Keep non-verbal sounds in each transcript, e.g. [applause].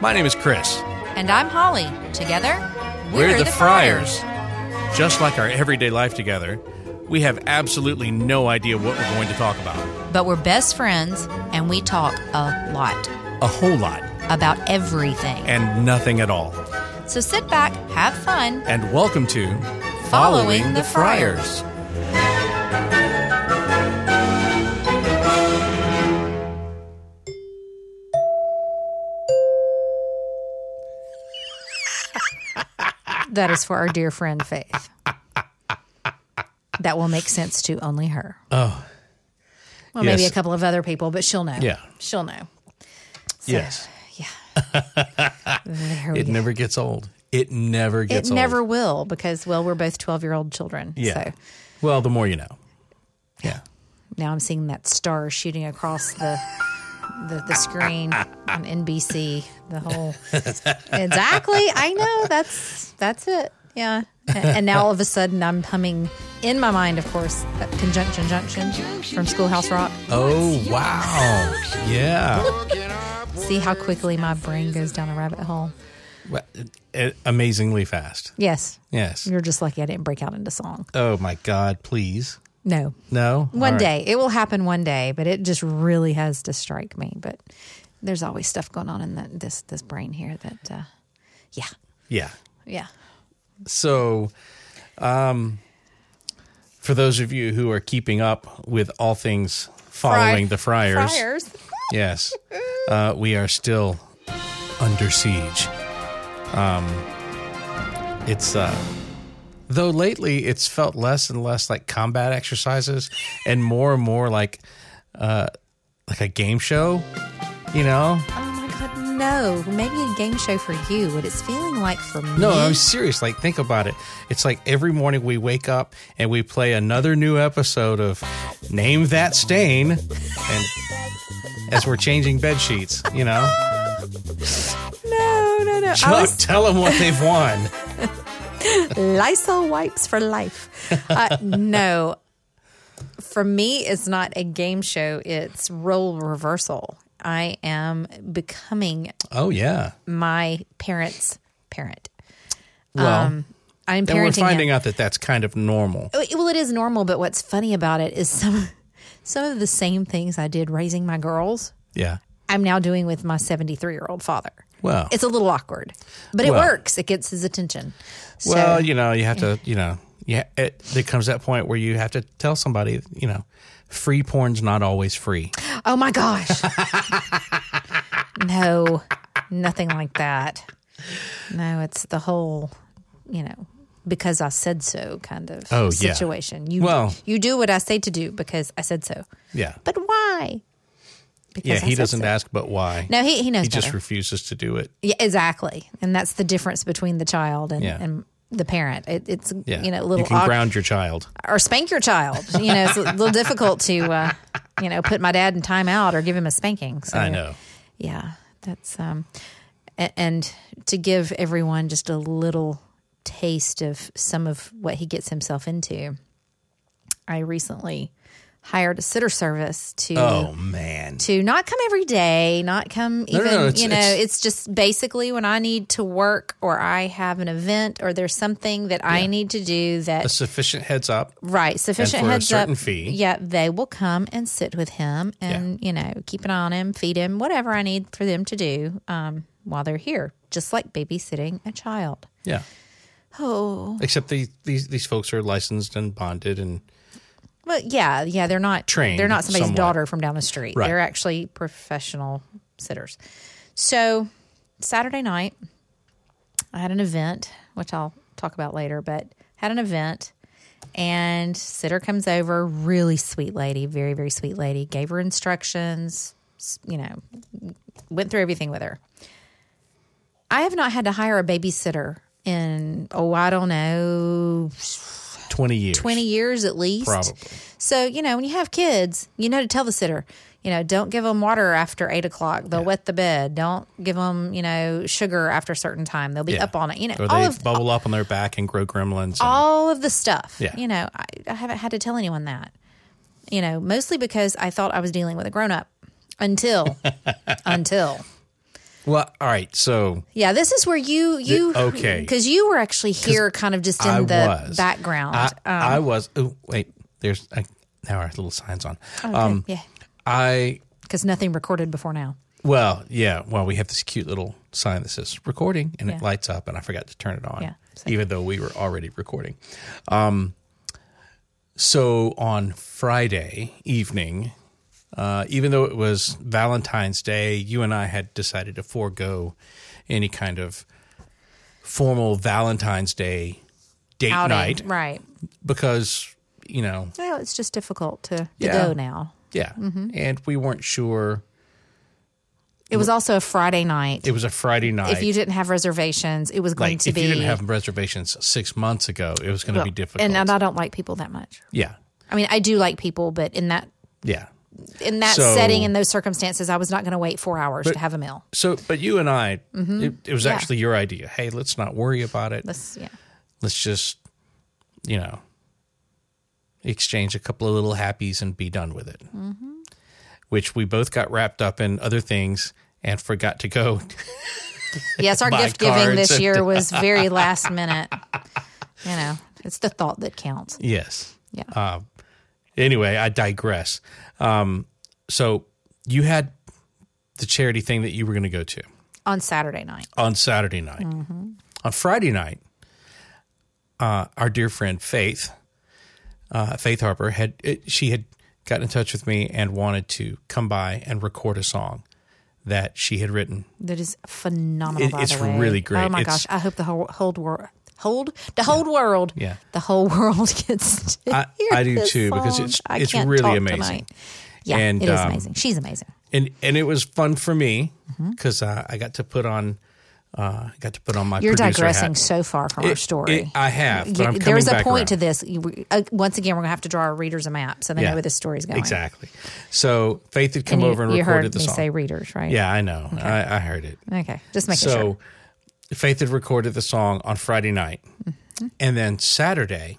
My name is Chris. And I'm Holly. Together, We're, the, Friars. Just like our everyday life together, we have absolutely no idea what we're going to talk about. But we're best friends and we talk a lot A whole lot about everything. and nothing at all. so sit back, have fun. And welcome to Following, the Friars. That is for our dear friend Faith. That will make sense to only her. Oh. Well, maybe Yes. a couple of other people, but she'll know. Yeah. She'll know. Yes. There we It go. never gets old. It never It gets old. never will because, well, we're both 12 year old children. Yeah. So Well, the more you know. Yeah. now I'm seeing that star shooting across the the, the screen on NBC. The whole exactly. I know that's that's it. Yeah. And, and now all of a sudden I'm humming in my mind, of course, that conjunction junction from Schoolhouse Rock. Oh, wow. Yeah. [laughs] See how quickly my brain goes down a rabbit hole. Well, it- amazingly fast. Yes. Yes. You're just lucky I didn't break out into song. Oh, my God. Please. No. No. One All right. day it will happen. One day, but it just really has to strike me. But there's always stuff going on in that this this brain here. That uh, yeah, Yeah. yeah. So, um, for those of you who are keeping up with all things following the friars, [laughs] Friars. yes, uh, we are still under siege. Um, it's uh, though lately it's felt less and less like combat exercises and more and more like uh, like a game show. You know, Oh my god, no. Maybe a game show for you. What it's feeling like for me? No, I'm serious. Like, think about it. It's like every morning we wake up and we play another new episode of Name That Stain, and as we're changing bed sheets, you know, no, no, no. Chuck, I [laughs] was tell them what they've won. Lysol wipes for life. Uh, [laughs] no. For me, it's not a game show. It's role reversal. I am becoming Oh yeah. my parents' parent. Well, I'm and we're Um, parenting finding him. out that that's kind of normal. Oh, Well, it is normal, but what's funny about it is some [laughs] some of the same things I did raising my girls. Yeah. I'm now doing with my 73 year old father. Well. It's a little awkward, but it Well. works. It gets his attention. So, Well, you know, you have to, you know, yeah. It, there comes that point where you have to tell somebody, you know, free porn's not always free. oh my gosh. [laughs] no, nothing like that. No, it's the whole, you know, because I said so kind of Oh, yeah. situation. You Well- you do what I say to do because I said so. Yeah. But why? Because Yeah. I He said doesn't so. ask, but why? No, he, he knows He just better. refuses to do it. yeah, exactly. And that's the difference between the child and, Yeah. and the parent. It, it's, Yeah. you know, a little You can awk- ground your child. or spank your child. You know, it's a [laughs] little difficult to, uh, you know, put my dad in timeout or give him a spanking. So, I know. Yeah, that's um, a- and to give everyone just a little taste of some of what he gets himself into. I recently hired a sitter service to Oh man. to not come every day, not come even, no, it's- you know, it's- it's, just basically when I need to work or I have an event or there's something that I need to do A that, sufficient heads up. right, sufficient for a heads certain up. fee. Yeah, they will come and sit with him and, you know, keep an eye on him, feed him, whatever I need for them to do um, while they're here, just like babysitting a child. Yeah. Oh, Except these these these folks are licensed and bonded and well, yeah, yeah, they're not Trained They're not somebody's somewhat. daughter from down the street. Right. They're actually professional sitters. So Saturday night, I had an event, which I'll talk about later, but had an event and sitter comes over, really sweet lady, very, very sweet lady, gave her instructions, s- you know, went through everything with her. I have not had to hire a babysitter in, oh, I don't know, twenty years. 20 years at least. Probably. So, you know, when you have kids, you know to tell the sitter, you know, don't give them water after eight o'clock. They'll wet the bed. Don't give them, you know, sugar after a certain time. They'll be Yeah. up all night. You know, Or all they of bubble up on their back and grow gremlins. and- all of the stuff. Yeah. You know, I, I haven't had to tell anyone that. You [laughs] know, mostly because I thought I was dealing with a grown up until until Well, all right. So Yeah, this is where you you okay. because you were actually here, kind of just in I the was background. I, um, I was. Oh, wait. There's I, there are little signs on. um, yeah, I because nothing recorded before now. well, yeah. Well, we have this cute little sign that says recording, and it Yeah. lights up, and I forgot to turn it on, Yeah, same. even though we were already recording. Um, so on Friday evening, uh, even though it was Valentine's Day, you and I had decided to forego any kind of formal Valentine's Day date Outing, night right? because you know Well, it's just difficult to, to Yeah. go now. yeah Mm-hmm. and we weren't sure It was also a Friday night. it was a friday night if you didn't have reservations, it was going like to if be you didn't have reservations six months ago it was going to well, be difficult And, and I don't like people that much. yeah I mean, I do like people, but in that yeah in that So- setting, in those circumstances, I was not going to wait four hours to have a meal. so but you and i Mm-hmm. it, it was actually your idea hey let's not worry about it let's, That's [laughs] yeah. just you know exchange a couple of little happies and be done with it mm-hmm. which we both got wrapped up in other things and forgot to go [laughs] Yes, our Buy gift giving cards this and- [laughs] year was very last minute. You know, it's the thought that counts. yes Um, Yeah. anyway, I digress. Um, so you had the charity thing that you were going to go to on Saturday night. on Saturday night. Mm-hmm. On Friday night, uh, our dear friend Faith, uh, Faith Harper, had it, she had gotten in touch with me and wanted to come by and record a song that she had written. That is phenomenal. It- by it's the way. really great. Oh my It's- gosh! I hope the whole, whole world, hold the whole world, Yeah. the whole world [laughs] gets. To I- hear I do this too, because song. it's- I it's can't really talk amazing. tonight. Yeah, And, it is um, amazing. She's amazing. And and it was fun for me Mm-hmm. because uh, I got to put on uh, I got to put on my You're producer digressing hat. so far from our It- story. it- I have, but You- I'm coming there's a back point around. to this. You- uh, once again, we're gonna have to draw our readers a map so they know where this story's going. Exactly. So Faith had come And you, over and you recorded heard the me song. say readers, right? yeah, I know. I, I heard it. Okay, just making so sure. Faith had recorded the song on Friday night, Mm-hmm. and then Saturday,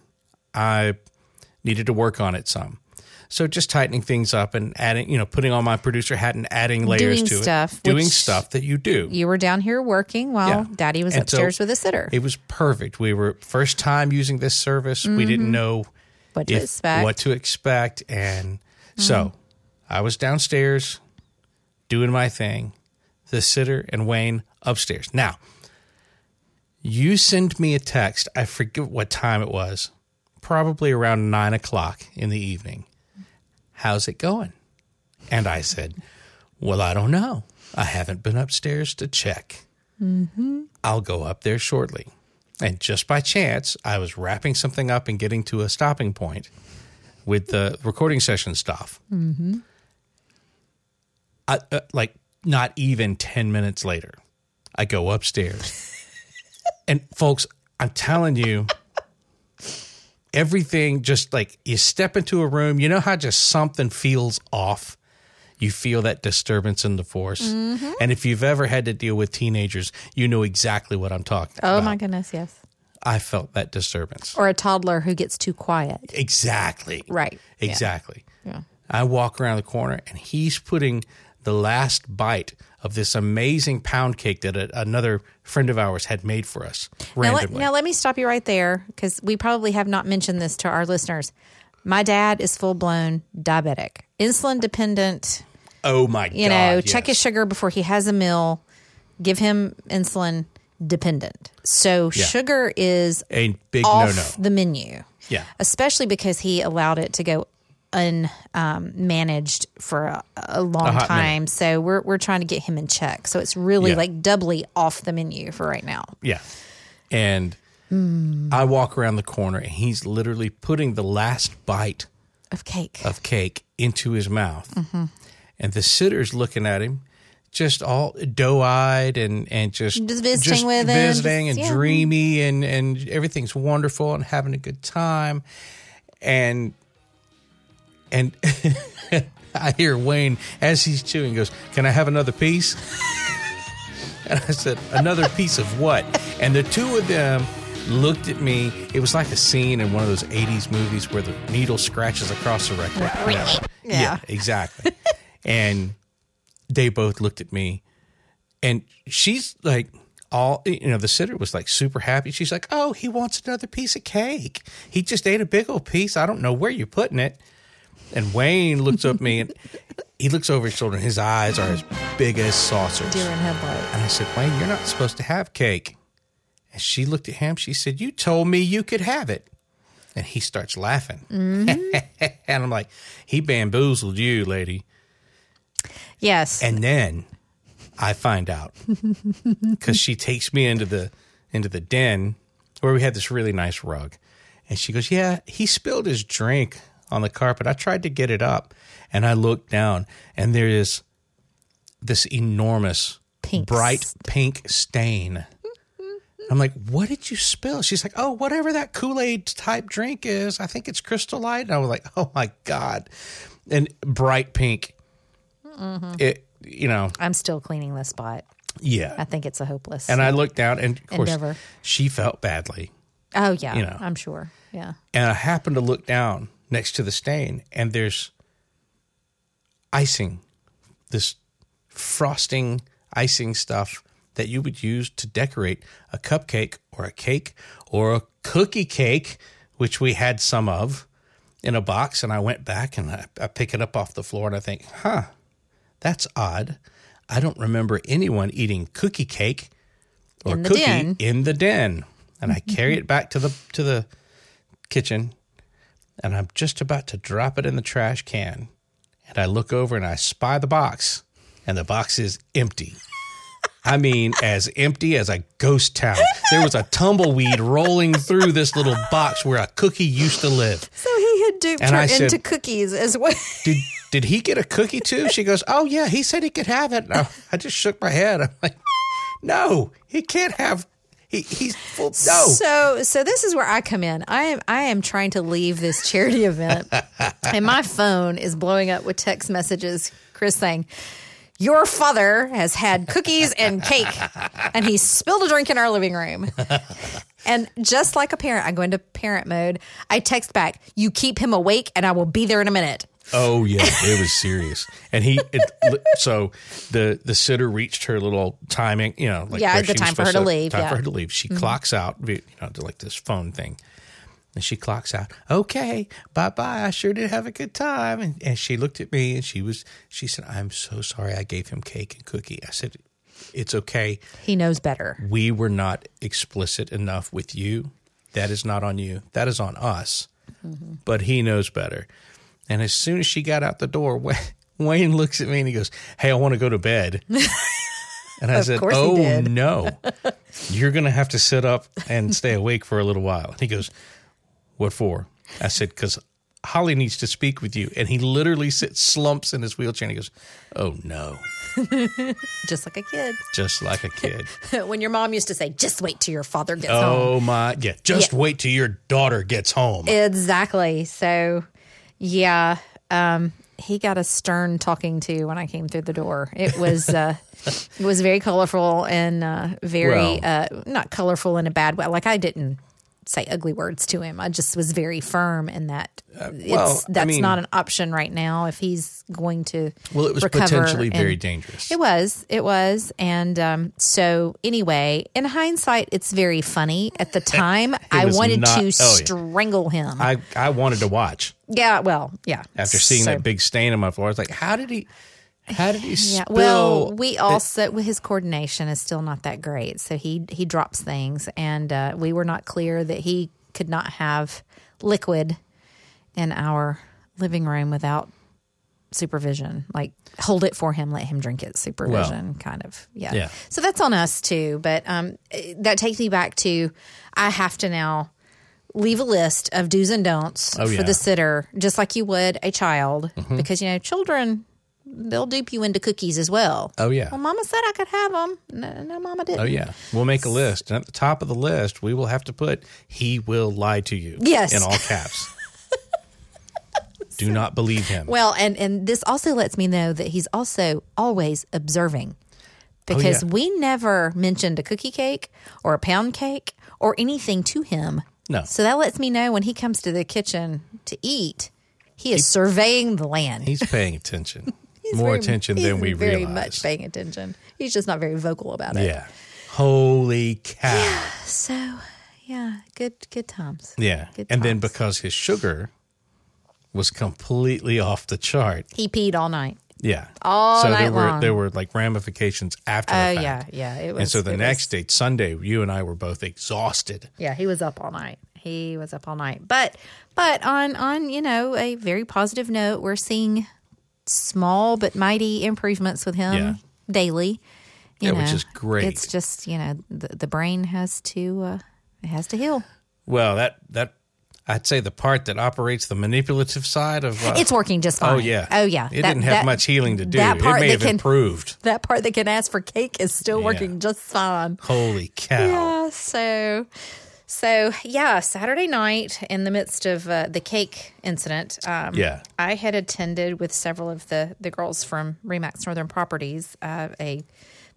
I needed to work on it some. So just tightening things up and adding, you know, putting on my producer hat and adding layers Doing to stuff, it, doing which- stuff that you do. You were down here working while Yeah. Daddy was And so upstairs with a sitter. It was perfect. We were first time using this service. We Mm-hmm. didn't know What to if- expect. Hmm. What to expect. And so I was downstairs doing my thing, the sitter and Wayne upstairs. Now, you send me a text. I forget what time it was, probably around nine o'clock in the evening. How's it going? And I said, Well, I don't know. I haven't been upstairs to check. I'll go up there shortly. And just by chance, I was wrapping something up and getting to a stopping point with the recording session stuff. Mm-hmm. I, uh, like, not even 10 minutes later, I go upstairs. [laughs] and, folks, I'm telling you, everything just like you step into a room, you know how just something feels off? you feel that disturbance in the force. Mm-hmm. And if you've ever had to deal with teenagers, you know exactly what I'm talking oh about. my goodness, yes. I felt that disturbance. Or a toddler who gets too quiet. Exactly. Right. Yeah. Exactly. I walk around the corner and he's putting the last bite of this amazing pound cake that a, another friend of ours had made for us Now let, randomly. now let me stop you right there because we probably have not mentioned this to our listeners. My dad is full blown diabetic, insulin dependent. oh my God. You know, check his yes. sugar before he has a meal. Give him insulin dependent. So sugar is A big no off no. the menu. Yeah. especially because he allowed it to go unmanaged um, managed for a, a long hot time. So we're we're trying to get him in check. So it's really Yeah. like doubly off the menu for right now. Yeah. And Hmm. I walk around the corner and he's literally putting the last bite Of cake. of cake into his mouth. And the sitter's looking at him, just all doe eyed and, and just, Just visiting with him, visiting just- and yeah. dreamy and, and everything's wonderful and having a good time. And and [laughs] I hear Wayne as he's chewing goes, Can I have another piece? and I said, Another piece of what? And the two of them looked at me. It was like a scene in one of those 80s movies where the needle scratches across the record. You know? Yeah. exactly. and they both looked at me and she's like all you know the sitter was like super happy she's like oh he wants another piece of cake he just ate a big old piece i don't know where you're putting it and wayne looks up at me and he looks over his shoulder and his eyes are as big as saucers Deer in headlights. and i said wayne you're not supposed to have cake and she looked at him she said you told me you could have it and he starts laughing [laughs] and i'm like he bamboozled you lady Yes. and then I find out because she takes me into the into the den where we had this really nice rug, and she goes, "Yeah, he spilled his drink on the carpet. I tried to get it up, and I looked down, and there is this enormous Pink bright pink stain." I'm like, what did you spill? She's like, oh, whatever that Kool Aid type drink is. I think it's Crystal Light. And I was like, oh my God. And bright pink. It, you know, I'm still cleaning this spot. yeah. I think it's a hopeless. And I looked down, and of course, Endeavor. she felt badly. oh yeah, you know. I'm sure. Yeah. And I happened to look down next to the stain, and there's icing, this frosting, icing stuff that you would use to decorate a cupcake or a cake or a cookie cake, which we had some of in a box. And I went back and I, I pick it up off the floor, and I think, huh, that's odd. I don't remember anyone eating cookie cake or In the cookie den. in the den. And I [laughs] carry it back to the to the kitchen and I'm just about to drop it in the trash can. And I look over and I spy the box, and the box is empty. I mean, as empty as a ghost town. There was a tumbleweed rolling through this little box where a cookie used to live. So he had duped And her I said- into cookies as well. Did did he get a cookie too? She goes, Oh, yeah, he said he could have it. And I, I just shook my head. I'm like, No, he can't have. He, he's full. No. So so this is where I come in. I am I am trying to leave this charity event and my phone is blowing up with text messages Chris saying your father has had cookies and cake and he spilled a drink in our living room. And just like a parent, I go into parent mode. I text back, "You keep him awake and I will be there in a minute." Oh yeah, it was serious. And he, it, so the the sitter reached her little timing, you know, like Yeah, where the she was time for her supposed to leave, Time yeah. Mm-hmm. for her to leave. She clocks out, you know, to like this phone thing, and she clocks out. Okay, bye bye. I sure did have a good time. And, and she looked at me, and she was, she said, "I'm so sorry. I gave him cake and cookie." I said, "It's okay. He knows better. We were not explicit enough with you. That is not on you. That is on us. Mm-hmm. But he knows better. And as soon as she got out the door, [laughs] Wa- Wayne looks at me and he goes, Hey, I want to go to [laughs] bed. And I said, course he Oh, did." [laughs] no. You're going to have to sit up and stay awake for a little while. And he goes, What for? I said, Because Holly needs to speak with you. And he literally sits, slumps in his wheelchair and he goes, Oh, no. Just like a kid. [laughs] Just like a kid. when your mom used to say, "Just wait till your father gets home." Oh my! Yeah, just wait till your daughter gets home. Exactly. So, yeah, um, he got a stern talking to when I came through the door. It was [laughs] uh, it was very colorful and uh, very uh, not colorful in a bad way. Like I didn't say ugly words to him. I just was very firm in that Uh, well, it's I that's mean- not an option right now if he's going to well, it was recover potentially very and- dangerous. it was. It was. And um, so, anyway, in hindsight, it's very funny. [laughs] At the time, I was wanted not- to oh, yeah. strangle him. I I wanted to watch yeah. Well, yeah. after seeing So- that big stain on my floor. I was like, how did he? How did he [sighs] Yeah. spill? Well, we also his coordination is still not that great, so he he drops things, and uh, we were not clear that he could not have liquid in our living room without supervision. Like hold it for him, let him drink it. Supervision, kind of. Yeah. Yeah. So that's on us too. But um, eh, that takes me back to I have to now leave a list of do's and don'ts Oh, for yeah. Mm-hmm. the sitter, just like you would a child, because you know children they'll dupe you into cookies as well. oh yeah, Well, Mama said I could have them. No, no Mama didn't. oh yeah. We'll make a list, and at the top of the list, we will have to put he will lie to you. Yes. in all [laughs] caps. Do not believe him. Well, and and this also lets me know that he's also always observing, because Oh, yeah. we never mentioned a cookie cake or a pound cake or anything to him. No. So that lets me know when he comes to the kitchen to eat, he is surveying the land. He's paying attention. [laughs] He's more very- attention than he's we very realized. much paying attention. He's just not very vocal about it. Yeah. Holy cow. Yeah. So, yeah, good good times. Good And then times. because his sugar was completely off the chart. He peed all night. Yeah. All so night there were long. there were like ramifications after Oh the fact. yeah, yeah. It was. and so the it was- next day, Sunday, you and I were both exhausted. yeah, he was up all night. He was up all night. But but on on you know a very positive note, we're seeing small but mighty improvements with him Yeah. daily. You Yeah, which know, is great. It's just you know the, the brain has to uh, it has to heal. Well, that that I'd say the part that operates the manipulative side of uh, It's working just fine. oh yeah oh yeah. it That- didn't have that- much healing to do. that part it may that have can- improved. That part that can ask for cake is still working just fine. Holy cow! Yeah, so so yeah, Saturday night in the midst of uh, the cake incident, um, Yeah. I had attended with several of the the girls from Remax Northern Properties uh, a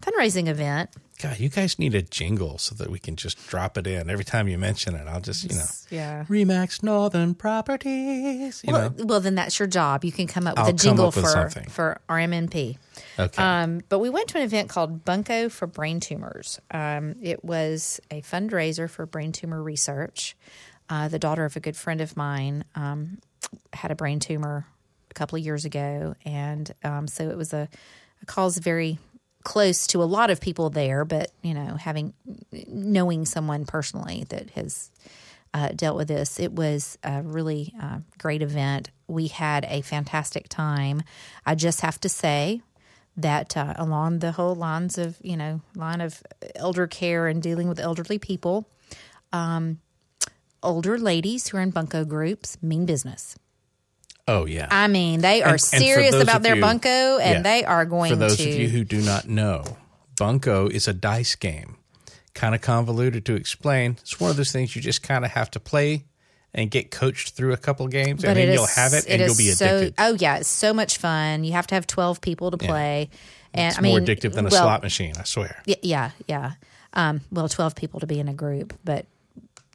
fundraising event. God, you guys need a jingle so that we can just drop it in every time you mention it. I'll just you know Yeah. Remax Northern Properties. You Well, know well, then that's your job. You can come up with I'll a come jingle up with for something. for RMNP. okay Um, but we went to an event called Bunko for Brain Tumors. Um, it was a fundraiser for brain tumor research. Uh, the daughter of a good friend of mine um, had a brain tumor a couple of years ago, and um, so it was a, a cause very close to a lot of people there. But you know, having knowing someone personally that has uh, dealt with this. It was a really uh, great event. We had a fantastic time. I just have to say that uh, along the whole lines of you know line of elder care and dealing with elderly people, um, older ladies who are in bunco groups mean business. oh yeah I mean, they are and for serious those about of their you- bunco, and yeah. they are going For those to. of you who do not know, Bunko is a dice game. Kind of convoluted to explain. It's one of those things you just kind of have to play and get coached through a couple games, and it then you'll is- have it, and is you'll be addicted. So, oh yeah, it's so much fun. You have to have twelve people to play, and I It's more mean, addictive than a well, slot machine, I swear. Y- Yeah, yeah. Um, well, twelve people to be in a group, but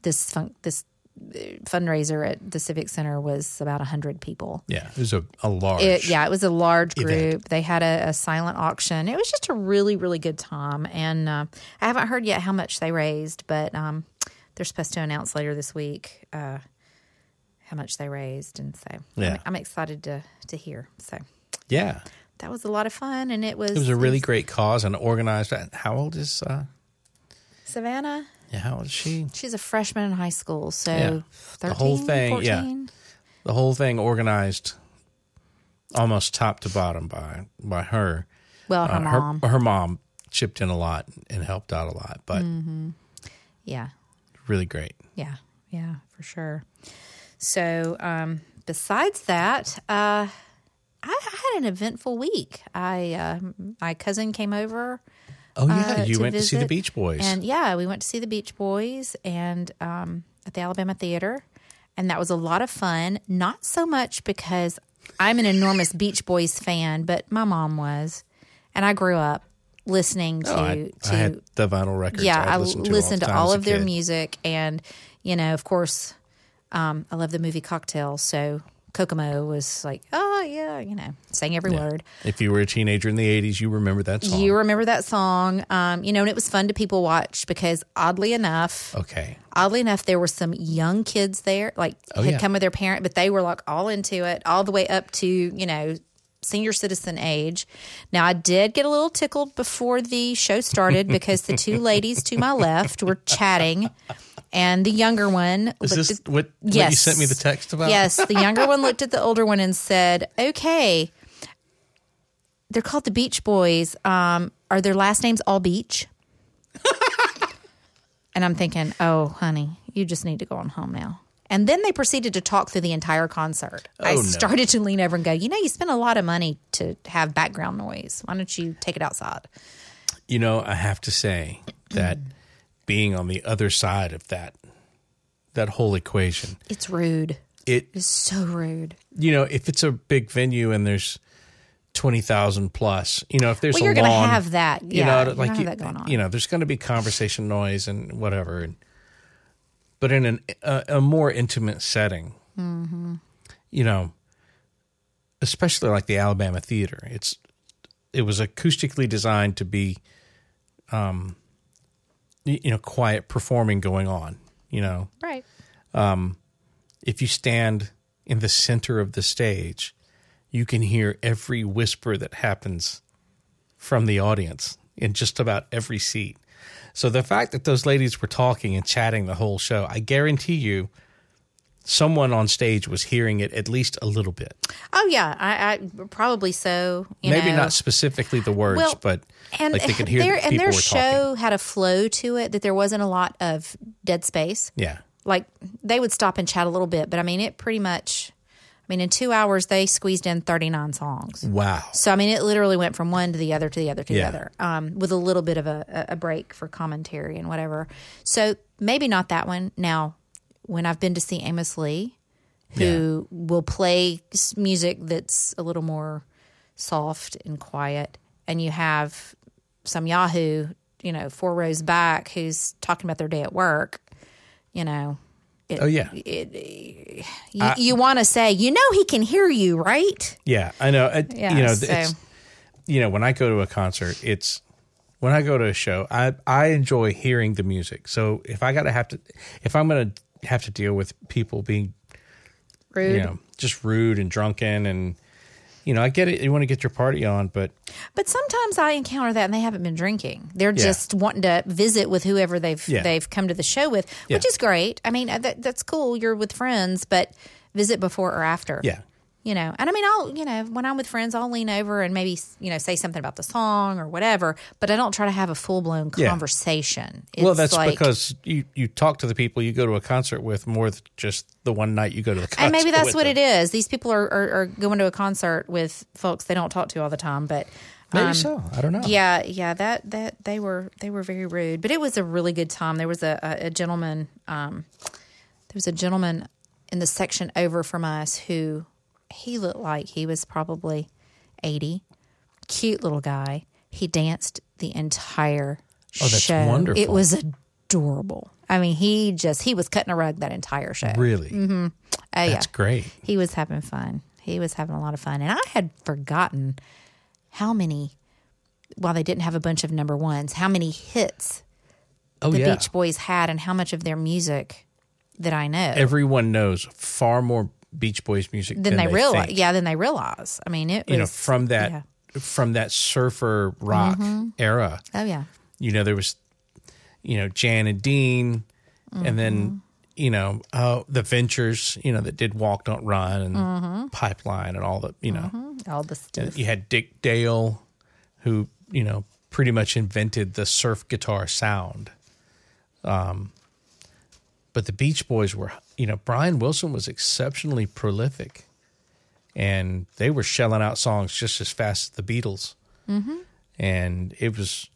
this fun- this uh, fundraiser at the Civic Center was about hundred people. Yeah, it was a, a large. It, yeah, it was a large group. Event. They had a, a silent auction. It was just a really, really good time. And uh, I haven't heard yet how much they raised, but um, they're supposed to announce later this week uh, how much they raised. And so I'm- Yeah. I'm, excited to to hear. So yeah. that was a lot of fun, and it was, It was a really great cause and organized. and How old is uh? Savannah. Yeah, how old is she? She's a freshman in high school, so Yeah. 13, The whole thing, yeah. 14? The whole thing organized, almost top to bottom by by her. Well, her Uh, mom, her her mom chipped in a lot and helped out a lot, but Mm. yeah, really great. yeah, yeah, for sure. So, um, besides that, uh, I, I had an eventful week. I uh, my cousin came over, Oh yeah, uh, you to went to see the visit. Beach Boys. and yeah, we went to see the Beach Boys and um, at the Alabama Theater, and that was a lot of fun. Not so much because I'm an enormous Beach Boys fan, but my mom was, and I grew up listening to Oh, I, to I had the vinyl records. yeah, I I listened to listened all, the to time all as a of their kid. music, and you know, of course, um, I love the movie Cocktail. So Kokomo was like, oh yeah, you know, sang every word. If you were a teenager in the '80s, you remember that song. You remember that song, um, you know, and it was fun to people watch because oddly enough, okay, oddly enough, there were some young kids there, like Oh, had yeah. come with their parent, but they were like all into it, all the way up to you know senior citizen age. Now, I did get a little tickled before the show started because the two ladies to my left were chatting, and the younger one is looked this what, what you yes. sent me the text about? Yes, the younger one looked at the older one and said, "Okay, they're called the Beach Boys. Um, are their last names [laughs] all Beach?" and I'm thinking, "Oh, honey, you just need to go on home now." And then they proceeded to talk through the entire concert. I Oh, no. started to lean over and go, "You know, you spend a lot of money to have background noise. Why don't you take it outside?" You know, I have to say that being on the other side of that that whole equation, It's rude. it It's so rude. you know, if it's a big venue and there's twenty thousand plus, you know, if there's Well, a you're gonna lawn, have that. you Yeah, know, you're like gonna you, have that going on. you know, there's going to be conversation noise and whatever. And but Mm-hmm. in an a, a more intimate setting, you know, especially like the Alabama Theater. It's it was acoustically designed to be, um, y- you know, quiet performing going on. You know, Right. if you stand in the center of the stage, you can hear every whisper that happens from the audience in just about every seat. So the fact that those ladies were talking and chatting the whole show, I guarantee you someone on stage was hearing it at least a little bit. Oh yeah, I, I probably so. You Maybe know. not specifically the words, Well, but And like they [laughs] could hear their, that people and their were show talking. had a flow to it that there wasn't a lot of dead space. Yeah. Like they would stop and chat a little bit, but I mean it pretty much. I mean in two hours they squeezed in thirty nine songs. Wow. So I mean, it literally went from one to the other to the other to the Yeah. other, um, with a little bit of a, a break for commentary and whatever. So maybe not that one. Now, when I've been to see Amos Lee, who will play s- music that's a little more soft and quiet, and you have some Yahoo, you know, four rows back, who's talking about their day at work, you know. It, Oh yeah. you, you want to say, you know, he can hear you, right? Yeah, I know. I, Yeah, you know, so- it's, you know, when I go to a concert, it's when I go to a show, I I enjoy hearing the music. So if I gotta have to, if I'm gonna have to deal with people being, Rude. you know, just rude and drunken and, you know, I get it. You want to get your party on, but But sometimes I encounter that and they haven't been drinking. They're just wanting to visit with whoever they've Yeah. they've come to the show with, which Yeah. is great. I mean, uh, that, that's cool. You're with friends, but visit before or after. yeah, You know, and I mean, I'll, you know, when I'm with friends, I'll lean over and maybe, you know, say something about the song or whatever, but I don't try to have a full blown Yeah. conversation. well, It's that's like- because you you talk to the people you go to a concert with more than just the one night you go to the concert. and maybe that's with what them. it is. These people are, are, are going to a concert with folks they don't talk to all the time, but Maybe so. I don't know. um, Yeah, yeah, that that they were they were very rude, but it was a really good time. There was a, a, a gentleman, um, there was a gentleman in the section over from us who he looked like he was probably eighty, cute little guy. He danced the entire Oh, that's show. wonderful. It was adorable. I mean, he just he was cutting a rug that entire show. really. Oh yeah, That's great. he was having fun. He was having a lot of fun. And I had forgotten how many, while they didn't have a bunch of number ones, how many hits Oh the yeah. Beach Boys had and how much of their music that I know. Everyone knows far more Beach Boys music then they, realize. realize. Yeah, then they realize. I mean, it was. you know from that yeah. from that surfer rock era Oh, yeah. you know there was you know jan and dean and then you know uh, the ventures you know that did walk don't run and pipeline and all the you know Mm, All uh, the stuff. you had dick dale who you know pretty much invented the surf guitar sound um but the beach boys were you know brian wilson was exceptionally prolific and they were shelling out songs just as fast as the beatles mm-hmm. and it was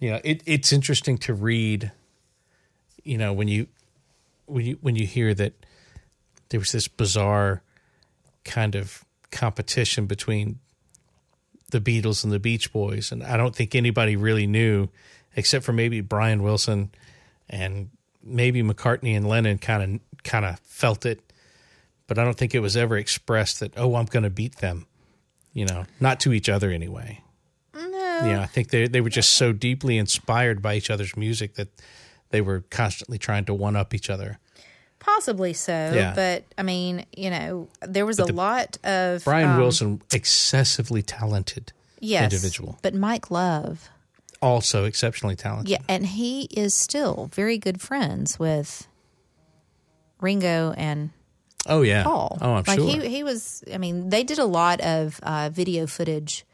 you know it, it's interesting to read you know when you when you when you hear that there was this bizarre kind of competition between the Beatles and the Beach Boys, and I don't think anybody really knew, except for maybe Brian Wilson and maybe McCartney and Lennon kind of kind of felt it, but I don't think it was ever expressed that oh I'm going to beat them, you know, not to each other anyway. No. Yeah, I think they they were just so deeply inspired by each other's music that they were constantly trying to one up each other. Possibly so. Yeah. But I mean, you know, there was a lot of. Brian um, Wilson, excessively talented yes, individual, But Mike Love. also exceptionally talented. Yeah, and he is still very good friends with Ringo and Oh yeah. Paul. Oh, I'm like sure. he he was. I mean, they did a lot of uh, video footage,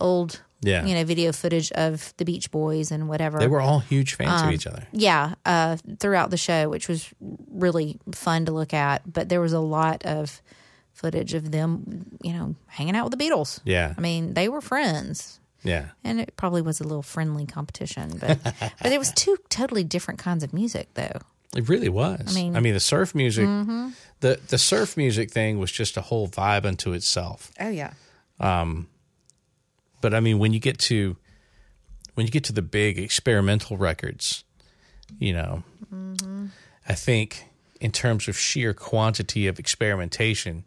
old Yeah. you know, video footage of the Beach Boys and whatever. They were all huge fans Um, of each other. yeah, uh, throughout the show, which was really fun to look at. But there was a lot of footage of them, you know, hanging out with the Beatles. Yeah. I mean, they were friends Yeah. and it probably was a little friendly competition, [laughs] but but it was two totally different kinds of music, though. It really was. I mean, the surf music, mm-hmm. the the surf music thing was just a whole vibe unto itself. Oh yeah, But I mean, when you get to when you get to the big experimental records, you know, Mm-hmm. I think in terms of sheer quantity of experimentation,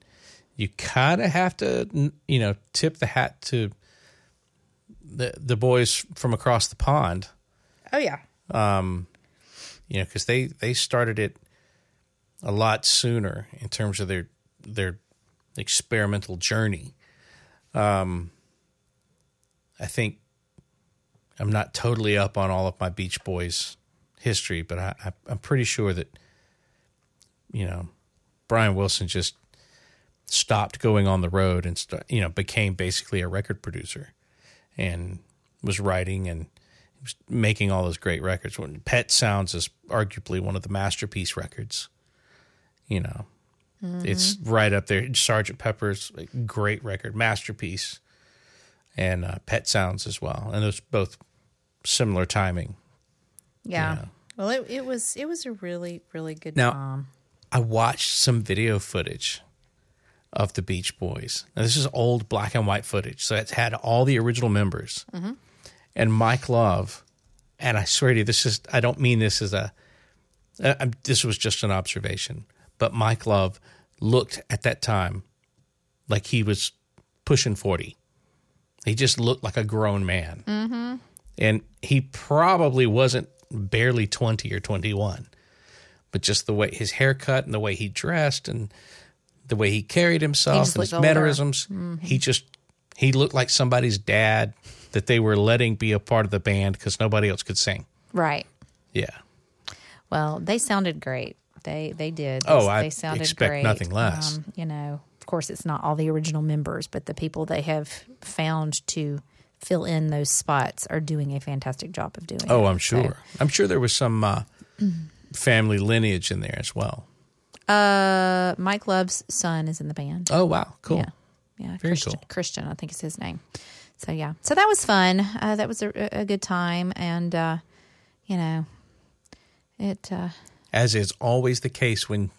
you kind of have to, you know, tip the hat to the the boys from across the pond, Oh yeah. you know, because they they started it a lot sooner in terms of their their experimental journey. Um, I think I'm not totally up on all of my Beach Boys history, but I, I I'm pretty sure that you know Brian Wilson just stopped going on the road and st- you know became basically a record producer and was writing and was making all those great records. When Pet Sounds is arguably one of the masterpiece records, you know, it's right up there. Sergeant Pepper's a great record, masterpiece, and uh, Pet Sounds as well, and it's both similar timing. Yeah. Yeah. Well, it, it was it was a really really good Now- mom. I watched some video footage of the Beach Boys. Now, this is old black and white footage, so it's had all the original members and Mike Love. And I swear to you, this is—I don't mean this as a. Uh, I'm- this was just an observation, but Mike Love looked at that time like he was pushing forty. He just looked like a grown man, mm-hmm. and he probably wasn't barely twenty or twenty-one but just the way his haircut and the way he dressed and the way he carried himself just and his looked older. Mm-hmm. mannerisms, he just he looked like somebody's dad that they were letting be a part of the band because nobody else could sing. Right. Yeah. Well, they sounded great. They they did. They, Oh, I they sounded expect great. nothing less. Um, you know, of course, it's not all the original members, but the people they have found to fill in those spots are doing a fantastic job of doing. it. Oh, I'm sure. I'm sure there was some uh, family lineage in there as well. Uh, Mike Love's son is in the band. Oh wow, cool. Yeah. Yeah. Very Christian, cool. Christian, I think is his name. So, yeah. So that was fun. Uh, that was a, a good time. And, uh, you know, it, uh, As is always the case when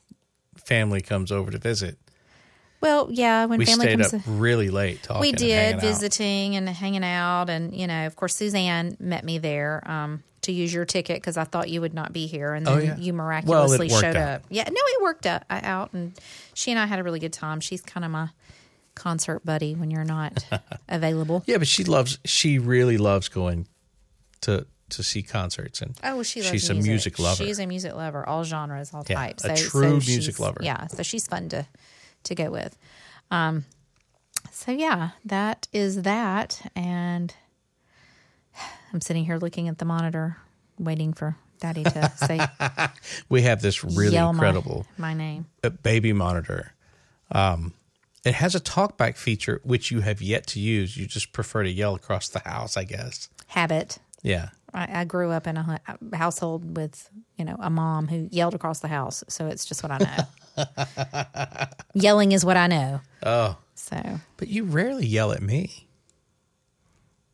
family comes over to visit, well, yeah, when we family stayed comes. up really late talking. we and did hanging out. visiting and hanging out. And, you know, of course, Suzanne met me there um, to use your ticket because I thought you would not be here. And then Oh, yeah. you Well, it miraculously worked showed out. up. Yeah. No, it worked out, uh, out. And she and I had a really good time. She's kind of my concert buddy when [laughs] you're not available. Yeah, but she loves. She really loves going to to see concerts and. Oh, well, she loves She's a music. music lover. She's a music lover, all genres, all Yeah, types. a true music she's- lover. Yeah, so she's fun to to go with. Um, so yeah, that is that, and I'm sitting here looking at the monitor, waiting for Daddy [laughs] to say We have this really yell my- incredible my, name. uh, baby monitor. Um, it has a talkback feature which you have yet to use. You just prefer to yell across the house, I guess. Habit. Yeah. I, I grew up in a hu- household with you know a mom who yelled across the house, so it's just what I know. [laughs] Yelling is what I know. Oh, so But you rarely yell at me.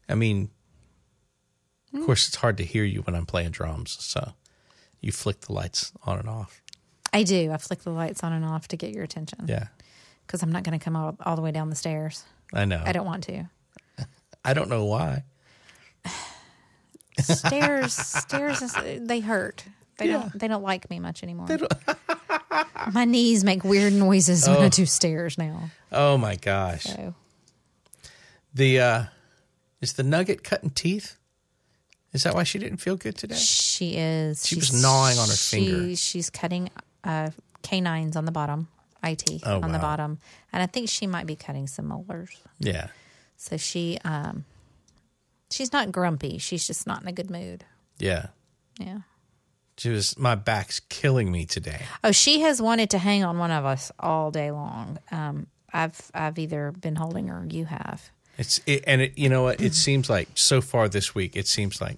I mean, Hmm. of course, it's hard to hear you when I'm playing drums. So you flick the lights on and off. I do. I flick the lights on and off to get your attention Yeah. because I'm not going to come all, all the way down the stairs. I know. I don't want to. [laughs] I don't know why. Stairs, stairs, is, they hurt. They don't. They don't like me much anymore. [laughs] My knees make weird noises when I do stairs now. Oh my gosh. So The, uh, is the nugget cutting teeth? Is that why she didn't feel good today? she is. She was gnawing on her finger. She's cutting uh, canines on the bottom. It on the Oh, wow. bottom, and I think she might be cutting some molars. Yeah. So she, um, she's not grumpy. She's just not in a good mood. Yeah. Yeah. She was, my back's killing me today. Oh, she has wanted to hang on one of us all day long. Um, I've I've either been holding her, or you have. It's it, and it, you know what? It seems like so far this week, it seems like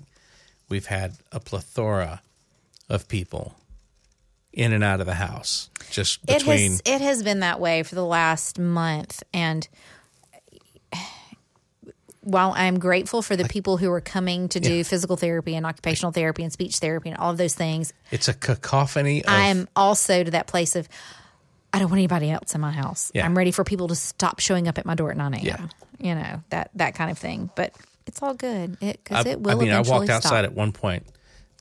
we've had a plethora of people in and out of the house, just it between has it has been that way for the last month, and while I'm grateful for the people who are coming to do physical therapy and occupational therapy and speech therapy and all of those things, it's a cacophony. Of, I am also to that place of I don't want anybody else in my house. Yeah. I'm ready for people to stop showing up at my door at 9 a.m. Yeah. You know that that kind of thing, but. It's all good because I- it will. I mean, I eventually walked outside stop. at one point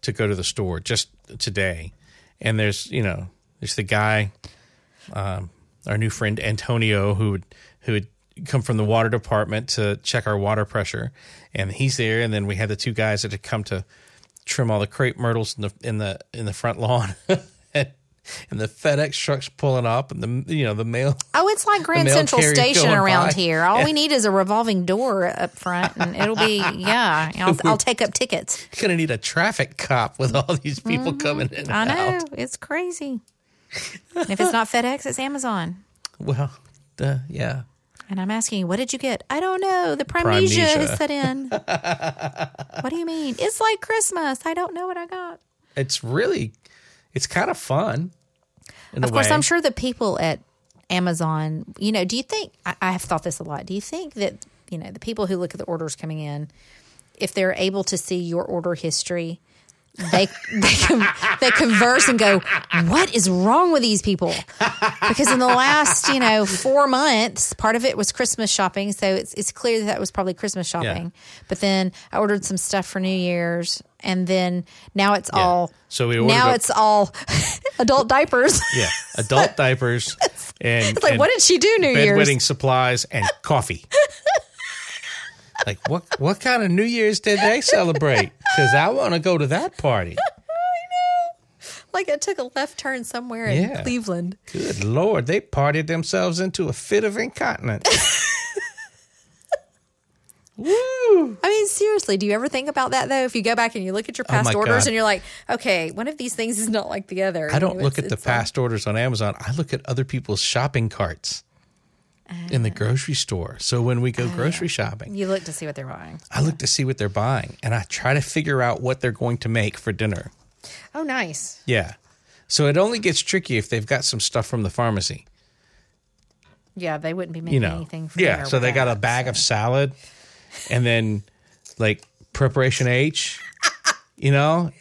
to go to the store just today, and there's you know there's the guy, um, our new friend Antonio, who would, who had come from the water department to check our water pressure, and he's there. And then we had the two guys that had come to trim all the crepe myrtles in the in the in the front lawn. [laughs] And the FedEx trucks pulling up, and the you know the mail [laughs] Oh, it's like Grand mail Central carrier's Station going around by. here. All we need is a revolving door up front, and [laughs] it'll be yeah. I'll, I'll take up tickets. gonna need a traffic cop with all these people coming in. and Mm-hmm. I know out. it's crazy. And if it's not FedEx, it's Amazon. Well, uh, yeah. And I'm asking you, what did you get? I don't know. The primnesia, Primnesia. has [laughs] set in. what do you mean? It's like Christmas. I don't know what I got. It's really, it's kind of fun. in Of a course, way. I'm sure the people at Amazon, you know, do you think, I, I have thought this a lot. Do you think that, you know, the people who look at the orders coming in, if they're able to see your order history, they [laughs] they, con- they converse and go, what is wrong with these people? Because in the last you know four months, part of it was Christmas shopping, so it's it's clear that that was probably Christmas shopping. But then I ordered some stuff for New Year's, and then now it's all So we ordered now a- it's all [laughs] adult diapers. [laughs] Yeah, adult diapers and It's like, and what did she do New Year's? bedwetting supplies and [laughs] coffee. like what? What kind of New Year's did they celebrate? Because I want to go to that party. Like it took a left turn somewhere Yeah. in Cleveland. Good lord, they partied themselves into a fit of [laughs] incontinence. Woo! I mean, seriously, do you ever think about that though? If you go back and you look at your past Oh my orders God. and you're like, okay, one of these things is not like the other. I don't look at the past orders on Amazon. I look at other people's shopping carts in the Ah. grocery store. So when Oh, we go grocery shopping, You look to see what they're buying. I look to see what they're buying and I try to figure out what they're going to make for dinner. Oh, nice. Yeah. So it only gets tricky if they've got some stuff from the pharmacy, Yeah, they wouldn't be making you know. anything. For yeah. dinner So they got a without- bag of salad and then like preparation H, you know?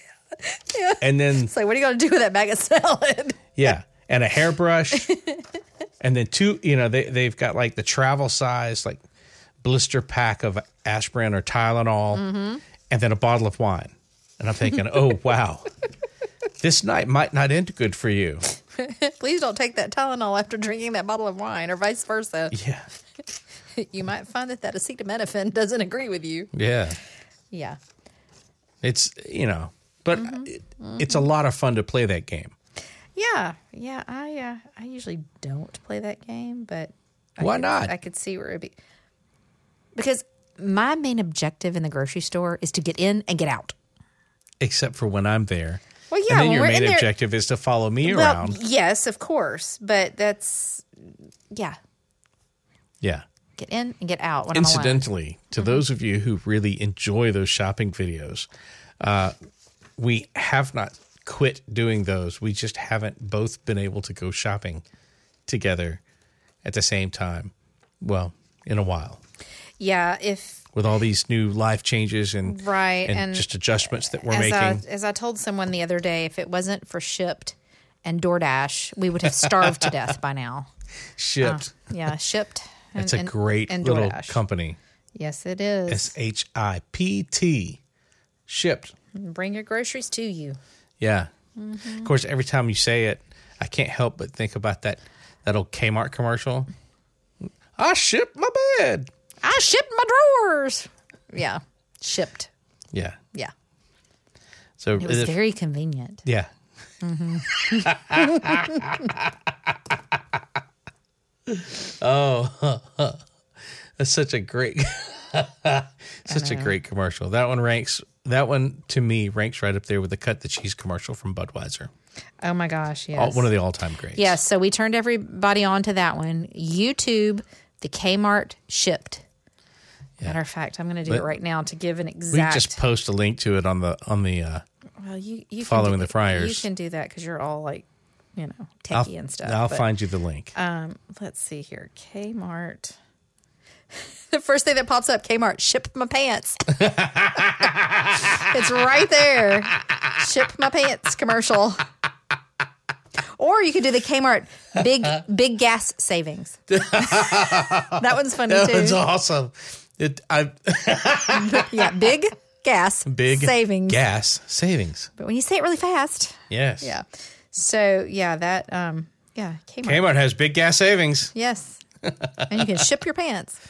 And then It's like, what are you going to do with that bag of salad? [laughs] Yeah, and a hairbrush, and then two. You know, they they've got like the travel size, like blister pack of aspirin or Tylenol, Mm-hmm. and then a bottle of wine. And I'm thinking, oh [laughs] wow, this night might not end good for you. Please don't take that Tylenol after drinking that bottle of wine, or vice [laughs] versa. Yeah, You might find that that acetaminophen doesn't agree with you. yeah. Yeah. It's you know, but Mm-hmm. it, it's a lot of fun to play that game. Yeah, yeah. I uh, I usually don't play that game, but I Why could- not? I could see where it'd be because my main objective in the grocery store is to get in and get out. Except for when I'm there. Well, yeah, and then when your we're in main there- objective is to follow me Well, around. yes, of course, but that's yeah, Yeah. get in and get out when I'm Mm-hmm. alone. Incidentally, to those of you who really enjoy those shopping videos, uh, we have not quit doing those. We just haven't both been able to go shopping together at the same time. Well, in a while, Yeah, if with all these new life changes and Right, and, and just adjustments that we're as uh, making. I, as I told someone the other day, if it wasn't for shipped and DoorDash, we would have starved to death [laughs] by now. shipped. Yeah, shipped. And, it's a and- great and little DoorDash. company. Yes, it is. S H I P T. Shipped. Bring your groceries to you. Yeah. Mm-hmm. Of course, every time you say it, I can't help but think about that that old Kmart commercial. I shipped my bed. I shipped my drawers. Yeah, shipped. Yeah. Yeah, So it was Mm-hmm. it- very convenient. yeah. [laughs] oh, [laughs] that's such a great, [laughs] such a Uh-huh. great commercial. That one ranks. That one to me ranks right up there with the cut the cheese commercial from Budweiser. Oh my gosh, yes. All- One of the all time greats. yes, so we turned everybody on to that one. YouTube, the Kmart shipped. Matter of fact, I'm going to do it right now to give an we can exact. just post a link to it on the on the. Uh, well, you, you can following do- the Friars. You can do that because you're all like, you know, I'll- techie and stuff. I'll but, find you the link. Um, let's see here, Kmart. [laughs] the first thing that pops up, Kmart, ship my pants. it's right there. Ship my pants commercial. Or you could do the Kmart big big gas [laughs] savings. that one's funny too. That's awesome. It, I, Yeah, big gas big savings. gas savings. But when you say it really fast, Yes. yeah. So yeah, that um Yeah, Kmart. Kmart has big gas savings. Yes. and you can ship your pants.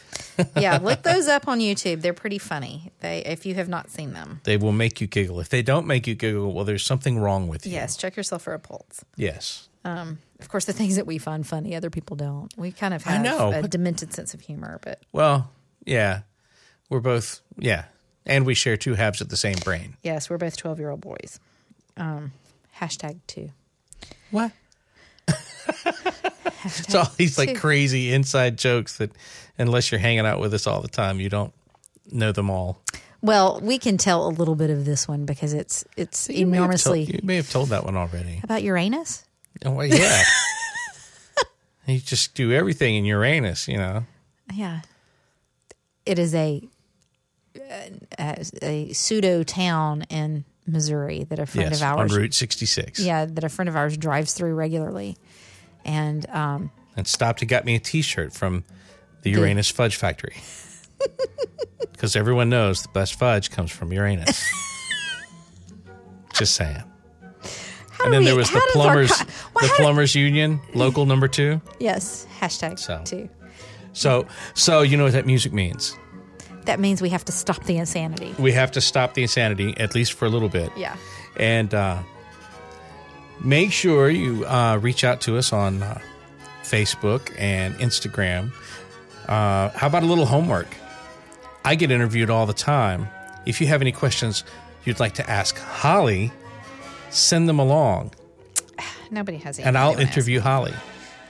Yeah, look those up on YouTube. They're pretty funny. They if you have not seen them. They will make you giggle. If they don't make you giggle, well, there's something wrong with you. Yes, check yourself for a pulse. Yes. Of course, the things that we find funny, other people don't. We kind of I have know, a but- demented sense of humor, but Well, yeah. We're both, yeah. And we share two halves of the same brain. yes, we're both twelve year old boys. Um, hashtag two. What? [laughs] it's all these like two. crazy inside jokes that, unless you're hanging out with us all the time, you don't know them all. Well, we can tell a little bit of this one because it's it's You may have told- enormously you may have told that one already. about Uranus. Oh, well, [laughs] yeah. you just do everything in Uranus, you know. Yeah, it is a uh, a, a pseudo town in Missouri that a friend Yes, of ours on Route 66. Yeah, that a friend of ours drives through regularly. And um, and stopped and got me a T-shirt from the Uranus Fudge [laughs] Factory. Because everyone knows the best fudge comes from Uranus. Just saying. how And do then we, there was how the does our plumbers, co- well, the how do- plumbers union, local number two. yes, hashtag So. too. So, so you know what that music means. That means we have to stop the insanity. We have to stop the insanity at least for a little bit. Yeah. and uh, make sure you uh, reach out to us on uh, Facebook and Instagram. Uh, how about a little homework? I get interviewed all the time. If you have any questions you'd like to ask Holly, send them along, Nobody has anything and I'll they wanna ask. interview Holly.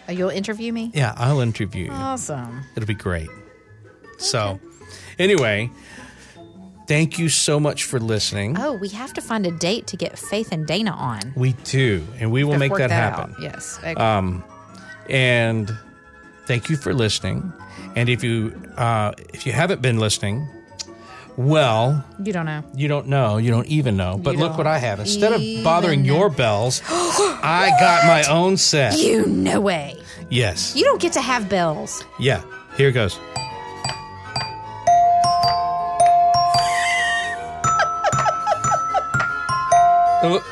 Oh, you'll interview me? Yeah, I'll interview you. Awesome. It'll be great. So, anyway, thank you so much for listening. Oh, we have to find a date to get Faith and Dana on. We do, and we will make Work that that happen. Uh, Out. Yes. Uh, Okay. and thank you for listening. And if you uh, if you haven't been listening, well, you don't know. you don't know, you don't even know. But You look what don't I have. Instead of even bothering your [gasps] bells, I got my own set. You no way. Yes. You don't get to have bells. Yeah. Here [laughs] goes. Oh,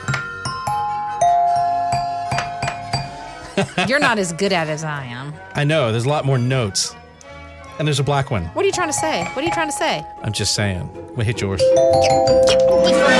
You're not as good at it as I am. I know. There's a lot more notes, and there's a black one. What are you trying to say? What are you trying to say? I'm just saying. We hit yours. Get- get-